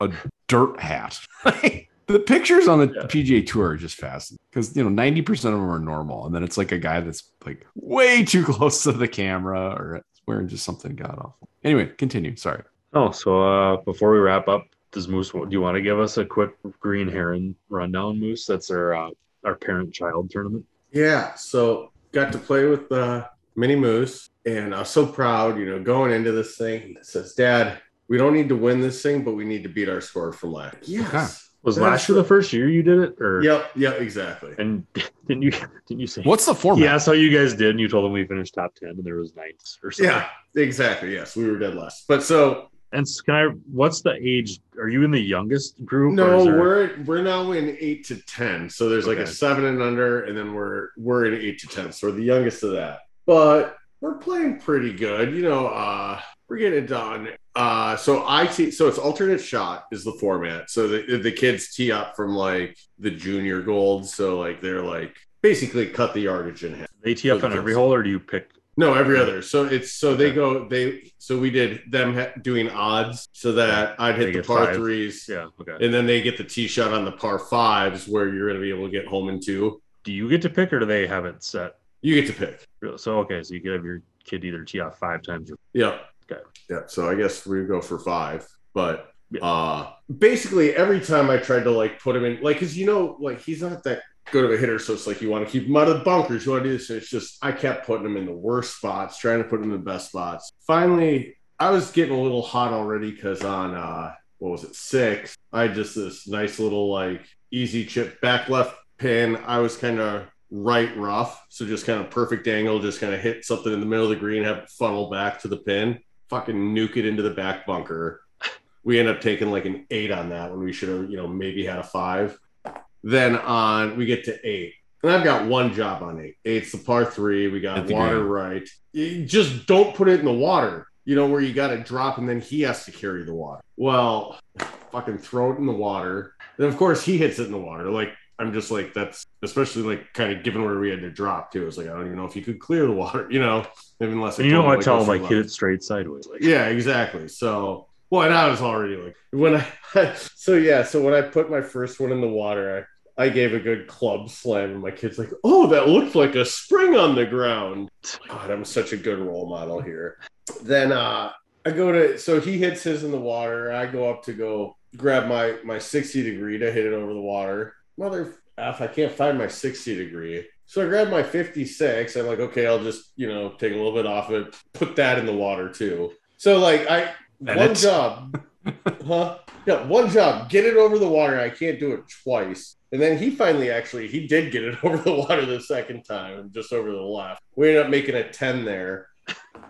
like they dirt hat. the pictures on the Yeah. PGA Tour are just fascinating because you know ninety percent of them are normal, and then it's like a guy that's like way too close to the camera or wearing just something god awful. Anyway, continue. Sorry. Oh, so uh, before we wrap up, does Moose? Do you want to give us a quick Green Heron rundown, Moose? That's our uh, our parent child tournament. Yeah. So got to play with uh, Minnie Moose, and I was so proud, you know, going into this thing. It says, Dad, we don't need to win this thing, but we need to beat our score from last. Yes. Was That's- last year the first year you did it, or Yep. Yep. Exactly. And didn't you didn't you say What's the format? Yeah, that's how you guys did, and you told them we finished top ten, and there was ninth or something. Yeah. Exactly. Yes. We were dead last. But so And s- can I? What's the age? Are you in the youngest group? or no, is there- we're we're now in eight to ten. So there's like Okay. a seven and under, and then we're we're in eight to ten. So we're the youngest of that. But we're playing pretty good. You know, uh we're getting it done. Uh so I te- so it's alternate shot is the format. So the the kids tee up from like the junior gold. So like they're like basically cut the yardage in half. they tee up on every hole, or do you pick? No, every other. So it's so they Okay. go they so we did them ha- doing odds so that I'd They hit the get par five. threes. Yeah, okay. And then they get the tee shot on the par fives where you're going to be able to get home in two. Do you get to pick, or do they have it set? You get to pick. Real- So okay, so you could have your kid either tee off five times. Or, Yeah. Okay. Yeah. So I guess we go for five. But Yeah. uh basically, every time I tried to like put him in, like, because you know, like he's not that good of a hitter. So it's like you want to keep him out of the bunkers. You want to do this. And it's just, I kept putting him in the worst spots, trying to put him in the best spots. Finally, I was getting a little hot already because on uh what was it six? I had just this nice little like easy chip back left pin. I was kind of right rough. So just kind of perfect angle, just kind of hit something in the middle of the green, have it funnel back to the pin, fucking nuke it into the back bunker. We end up taking like an eight on that when we should have, you know, maybe had a five. Then on we get to eight. And I've got one job on eight. Eight's the par three. We At got the water green. right. You just don't put it in the water, you know, where you got to drop and then he has to carry the water. Well, fucking throw it in the water. And of course he hits it in the water. Like, I'm just like, that's especially like kind of given where we had to drop too. It's like, I don't even know if you could clear the water, you know, unless you know told what? Tell go him like through hit the- it straight sideways. Like, yeah, exactly. So, well, and I was already like, when I, so yeah, so when I put my first one in the water, I, I gave a good club slam, and my kid's like, oh, that looked like a spring on the ground. God, I'm such a good role model here. Then, uh, I go to, so he hits his in the water. I go up to go grab my, my 60 degree to hit it over the water. Mother F, I can't find my 60 degree. So I grabbed my 56. I'm like, okay, I'll just, you know, take a little bit off it, put that in the water too. So like I one it's- job. huh? Yeah, one job. Get it over the water. I can't do it twice. And then he finally actually he did get it over the water the second time, just over the left. We ended up making a 10 there.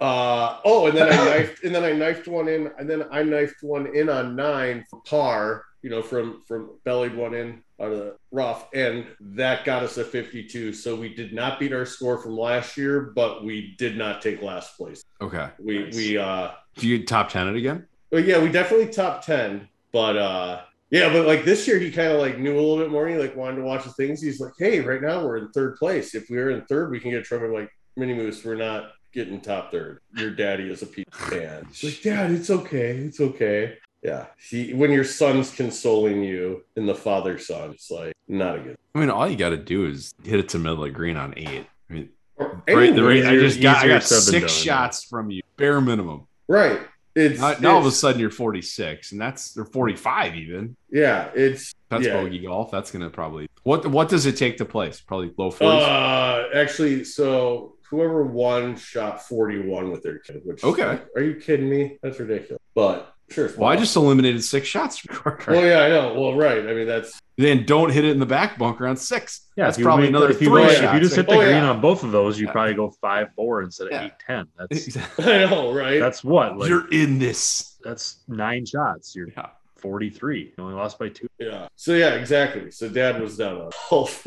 Uh oh, and then I knifed and then I knifed one in, and then I knifed one in on nine for par, you know, from from bellied one in on the rough, and that got us a 52. So we did not beat our score from last year, but we did not take last place. Okay. We Nice. we uh Do you top ten it again? well, yeah, we definitely top ten, but uh yeah, but like this year he kind of like knew a little bit more. He like wanted to watch the things. He's like, hey, right now we're in third place. If we are in third, we can get a trophy. I'm like Mini Moose, we're not getting top third. Your daddy is a piece of man. He's like, Dad, it's okay, it's okay. Yeah, he, when your son's consoling you and the father son, it's like not a good. I mean, all you got to do is hit it to middle of green on eight. I mean, Or right, the rate, I easier- just got I easier got said than six done. shots from you, bare minimum. right. It's Now, now all of a it's- sudden you're 46, and that's or 45 even. yeah, it's That's yeah, bogey golf. That's gonna probably what what does it take to place? Probably low 40s. Uh, actually, so whoever won shot 41 with their kid, which Okay. are you kidding me? That's ridiculous. But sure. it's well, I possible. just eliminated six shots from Cork. Well, yeah, I know. Well, right. I mean, that's Then don't hit it in the back bunker on six. Yeah, that's if you probably make- another if three you, like, shots. If you just hit the Oh, green yeah. on both of those, you Yeah. probably go five four instead of Yeah. eight ten. That's Exactly. I know, right? that's what like you're in this. that's nine shots. You're Yeah. forty three. You only lost by two. yeah. So yeah, exactly. So dad was down on golf.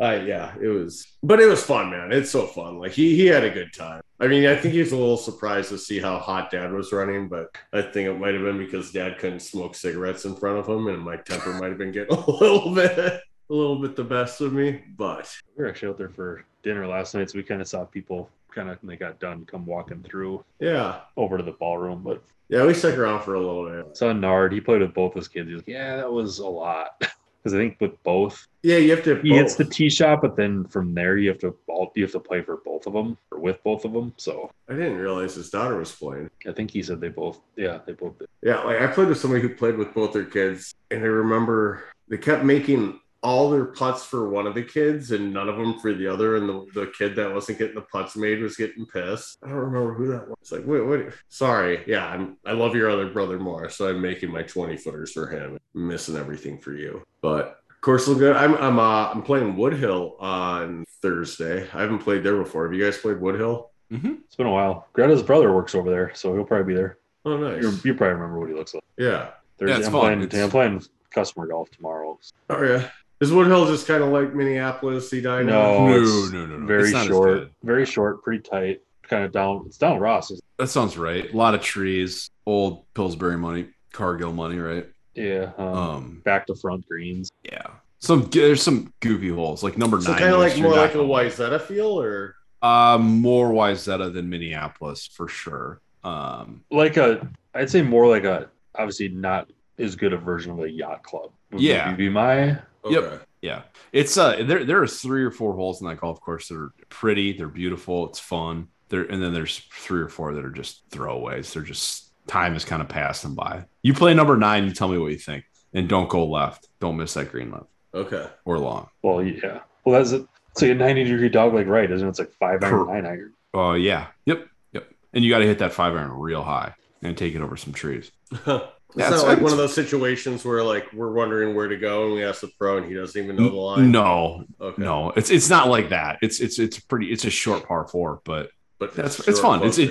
I yeah, it was, but it was fun, man. It's so fun. Like he he had a good time. I mean, I think he was a little surprised to see how hot dad was running, but I think it might have been because dad couldn't smoke cigarettes in front of him, and my temper might have been getting a little bit. A little bit the best of me, but We were actually out there for dinner last night, so we kind of saw people kind of when they got done come walking through Yeah. over to the ballroom. But Yeah, we stuck around for a little bit. saw Nard. He played with both his kids. He was like, yeah, that was a lot because I think with both Yeah, you have to. hit he hits the both. tee shot, but then from there you have to all you have to play for both of them or with both of them. So I didn't realize his daughter was playing. I think he said they both. Yeah, they both. Did. Yeah, like I played with somebody who played with both their kids, and I remember they kept making all their putts for one of the kids and none of them for the other. And the, the kid that wasn't getting the putts made was getting pissed. I don't remember who that was. It's like, wait, wait. Sorry. Yeah, I'm, I love your other brother more. So I'm making my 20 footers for him, missing everything for you. But Of course, look good. I'm I'm uh, I'm playing Woodhill on Thursday. I haven't played there before. Have you guys played Woodhill? It's been a while. Greta's brother works over there, so he'll probably be there. Oh, You're, nice. you probably remember what he looks like. Yeah. Thursday, it's I'm, fun. playing, It's- I'm playing customer golf tomorrow. Oh yeah. Is Woodhill just kind of like Minneapolis, Edina? No. Oh, no, it's no, no, no. very It's not as short, good. very short, pretty tight. Kind of down. It's down Ross. It's- That sounds right. A lot of trees, old Pillsbury money, Cargill money, right? yeah. Um, Um, back to front greens. yeah. Some there's some goofy holes like number So nine. kind of like is more you're like a not- Wyzetta feel, or Uh, more Wyzetta than Minneapolis for sure. Um, Like a, I'd say more like a, obviously not as good a version of a yacht club. Would Yeah. maybe be my Yep. Yeah, it's uh there there are three or four holes in that golf course that are pretty, they're beautiful, it's fun. There and then there's three or four that are just throwaways. They're just time has kind of passed them by. You play number nine, you tell me what you think, and don't go left. Don't miss that green left Okay. or long. Well, yeah. Well, that's it. So a 90 degree dog leg right, isn't it? It's like five iron, Correct. nine iron. Oh yeah, yep, yep. And you got to hit that five iron real high and take it over some trees. Okay. It's Yeah, not it's- like one of those situations where like we're wondering where to go and we ask the pro and he doesn't even know the line. No, okay. no, it's it's not like that. It's it's it's pretty. It's a short par four, but but that's sure it's fun. It's posted it.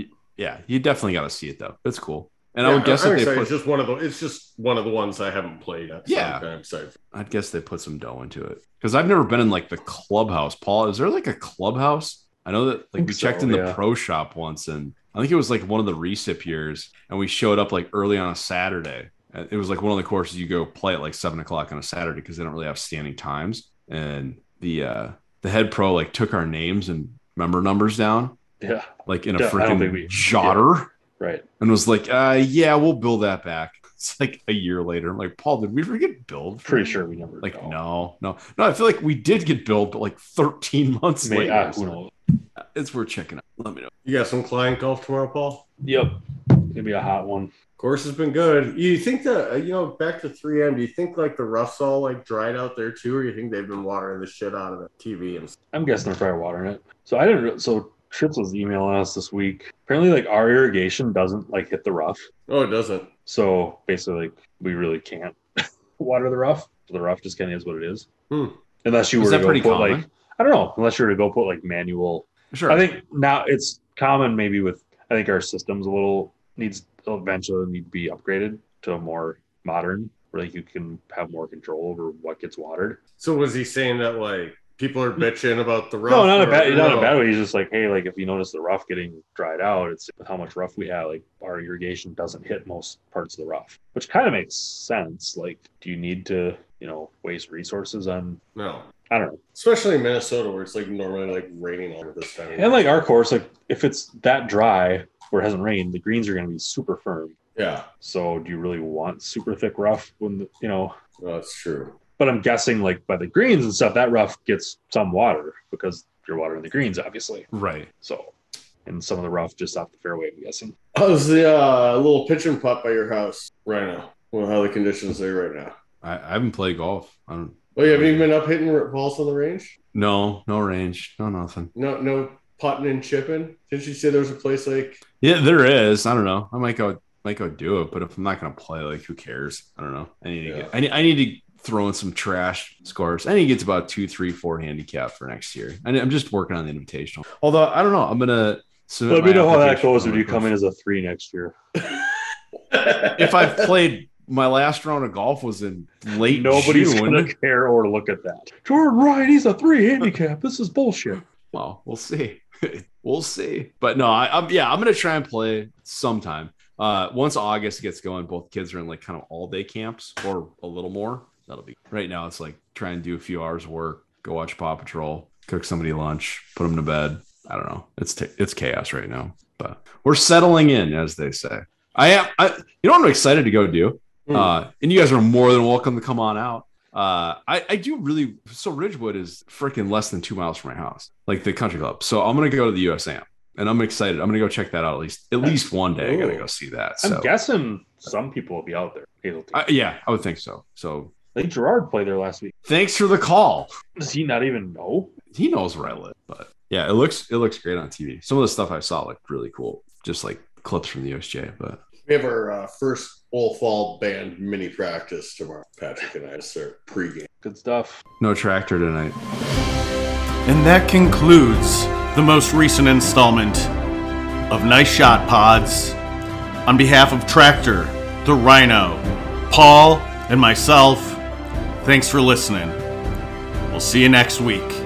it's yeah. You definitely got to see it though. It's cool. And I Yeah, would guess I'm that they excited. put. it's just one of the it's just one of the ones I haven't played at. so Yeah. I'm kind of excited. I'd guess they put some dough into it because I've never been in like the clubhouse. Paul, is there like a clubhouse? I know that like think we checked so, in the yeah. pro shop once, and I think it was like one of the recip years, and we showed up like early on a Saturday. And It was like one of the courses you go play at like seven o'clock on a Saturday because they don't really have standing times. And the uh the head pro like took our names and member numbers down Yeah, like in a Yeah, I don't think freaking we- jotter right. and was like, uh yeah, we'll bill that back. It's like a year later. I'm like, Paul, did we ever get billed? for Pretty that? sure we never Hmm. Like know. no, no, no. I feel like we did get billed, but like 13 months May- later. ah, who knows? It's worth checking out. Let me know. You got some client golf tomorrow, Paul? Yep, it'd be a hot one. Course has been good. You think that uh, you know back to 3M? Do you think like the rough's all like dried out there too, or you think they've been watering the shit out of the TV and I'm guessing they're probably watering it. So I didn't. re- So Trips was emailing us this week. Apparently, like our irrigation doesn't like hit the rough. oh, it doesn't. So basically, like, we really can't water the rough. So the rough just kind of is what it is. Hmm. Unless you Is were that to go pretty put common? like I don't know. Unless you were to go put like manual. Sure. I think now it's common. Maybe with I think our system's a little needs eventually need to be upgraded to a more modern where like you can have more control over what gets watered. So was he saying that like people are bitching about the rough? No, not a or- bad, not no. a bad way. He's just like, hey, like if you notice the rough getting dried out, it's how much rough we have. Like our irrigation doesn't hit most parts of the rough, which kind of makes sense. Like, do you need to, you know, waste resources on? No, I don't know. especially in Minnesota where it's like normally like raining all this time. And like our course, like if it's that dry where it hasn't rained, the greens are going to be super firm. yeah, So, do you really want super thick rough when the, you know? no, Oh, that's true. But I'm guessing like by the greens and stuff, that rough gets some water because you're watering the greens, obviously. right. So, and some of the rough just off the fairway, I'm guessing. How's the uh, little pitch and putt by your house right now? Well, how the conditions there right now? I, I haven't played golf. I don't. Well, you haven't even been up hitting balls on the range. No, no range, no nothing. No, no putting and chipping. Didn't you say there was a place like? Yeah, there is. I don't know. I might go. Might go do it, but if I'm not gonna play, like who cares? I don't know. I need to Yeah. get. I need. I need to throw in some trash scores. I need to get to about two, three, four handicap for next year. I, I'm just working on the invitational. Although I don't know. I'm gonna. submit Let me my know how that application goes for if my you come course. in as a three next year. if I've played my last round of golf was in late Nobody's June. gonna care or look at that. Jordan Ryan, he's a three handicap. This is bullshit. Well, we'll see. we'll see. But no, I, I'm yeah, I'm gonna try and play sometime. Uh, once August gets going, both kids are in like kind of all day camps or a little more. That'll be right now. It's like try and do a few hours of work, go watch Paw Patrol, cook somebody lunch, put them to bed. I don't know. It's t- it's chaos right now, but we're settling in, as they say. I am. I, you know what I'm excited to go do? Uh, and you guys are more than welcome to come on out. Uh, I, I do really so Ridgewood is freaking less than two miles from my house, like the country club. So I'm gonna go to the USAM and I'm excited. I'm gonna go check that out at least at least one day. I gotta Ooh. go see that. I'm So guessing some people will be out there. Hazeltine. I, yeah, I would think so. So I think Gerard played there last week. thanks for the call. Does he not even know? He knows where I live, but yeah, it looks it looks great on TV. Some of the stuff I saw looked really cool, just like clips from the USJ. But we have our uh, first Old Fall band mini practice tomorrow. Patrick and I just start pregame. Good stuff. no tractor tonight. And that concludes the most recent installment of Nice Shot Pods. On behalf of Tractor, the Rhino, Paul, and myself, thanks for listening. We'll see you next week.